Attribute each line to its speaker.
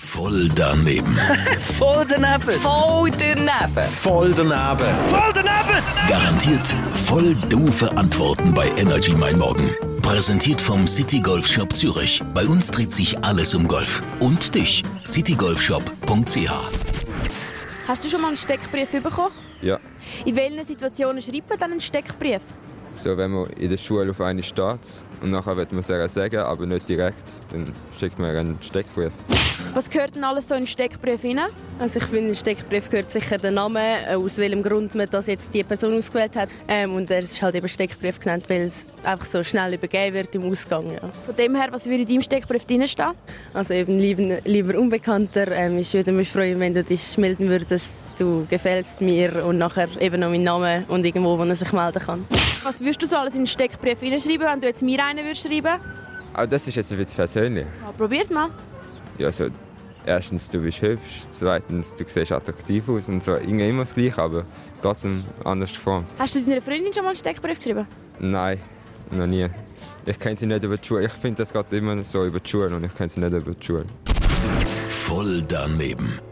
Speaker 1: Voll daneben.
Speaker 2: Voll daneben.
Speaker 3: Voll daneben.
Speaker 1: Voll daneben.
Speaker 2: Voll daneben!
Speaker 1: Garantiert voll doofe Antworten bei Energy Mein Morgen. Präsentiert vom City Golf Shop Zürich. Bei uns dreht sich alles um Golf. Und dich, citygolfshop.ch.
Speaker 4: Hast du schon mal einen Steckbrief bekommen?
Speaker 5: Ja,
Speaker 4: In welchen Situationen schreibt man dann einen Steckbrief?
Speaker 5: so wenn man in der Schule auf eine steht und nachher wird man es ihr sagen, aber nicht direkt, dann schickt man ihr einen Steckbrief.
Speaker 4: Was gehört denn alles so in einen Steckbrief rein?
Speaker 6: Also ich finde, ein Steckbrief gehört sicher der Name, äh, aus welchem Grund man das jetzt die Person ausgewählt hat. Ähm, und er ist halt eben Steckbrief genannt, weil es einfach so schnell übergeben wird im Ausgang. Ja.
Speaker 4: Von dem her, was würde in deinem Steckbrief drinstehen?
Speaker 6: Also eben lieber, lieber Unbekannter, ähm, ich würde mich freuen, wenn du dich melden würdest, du gefällst mir und nachher eben noch meinen Namen und irgendwo, wo er sich melden kann.
Speaker 4: Was würdest du so alles in einen Steckbrief hineinschreiben, wenn du jetzt mir einen würdest schreiben?
Speaker 5: Aber das ist jetzt ein bisschen persönlich.
Speaker 4: Ja, probier's mal.
Speaker 5: Ja, so, erstens, du bist hübsch, zweitens, du siehst attraktiv aus und so. Irgendwie immer das Gleiche, aber trotzdem anders geformt.
Speaker 4: Hast du deiner Freundin schon mal einen Steckbrief geschrieben?
Speaker 5: Nein, noch nie. Ich kenne sie nicht über die Schule. Ich finde das gerade immer so über die Schule und ich kenne sie nicht über die Schule.
Speaker 1: Voll daneben.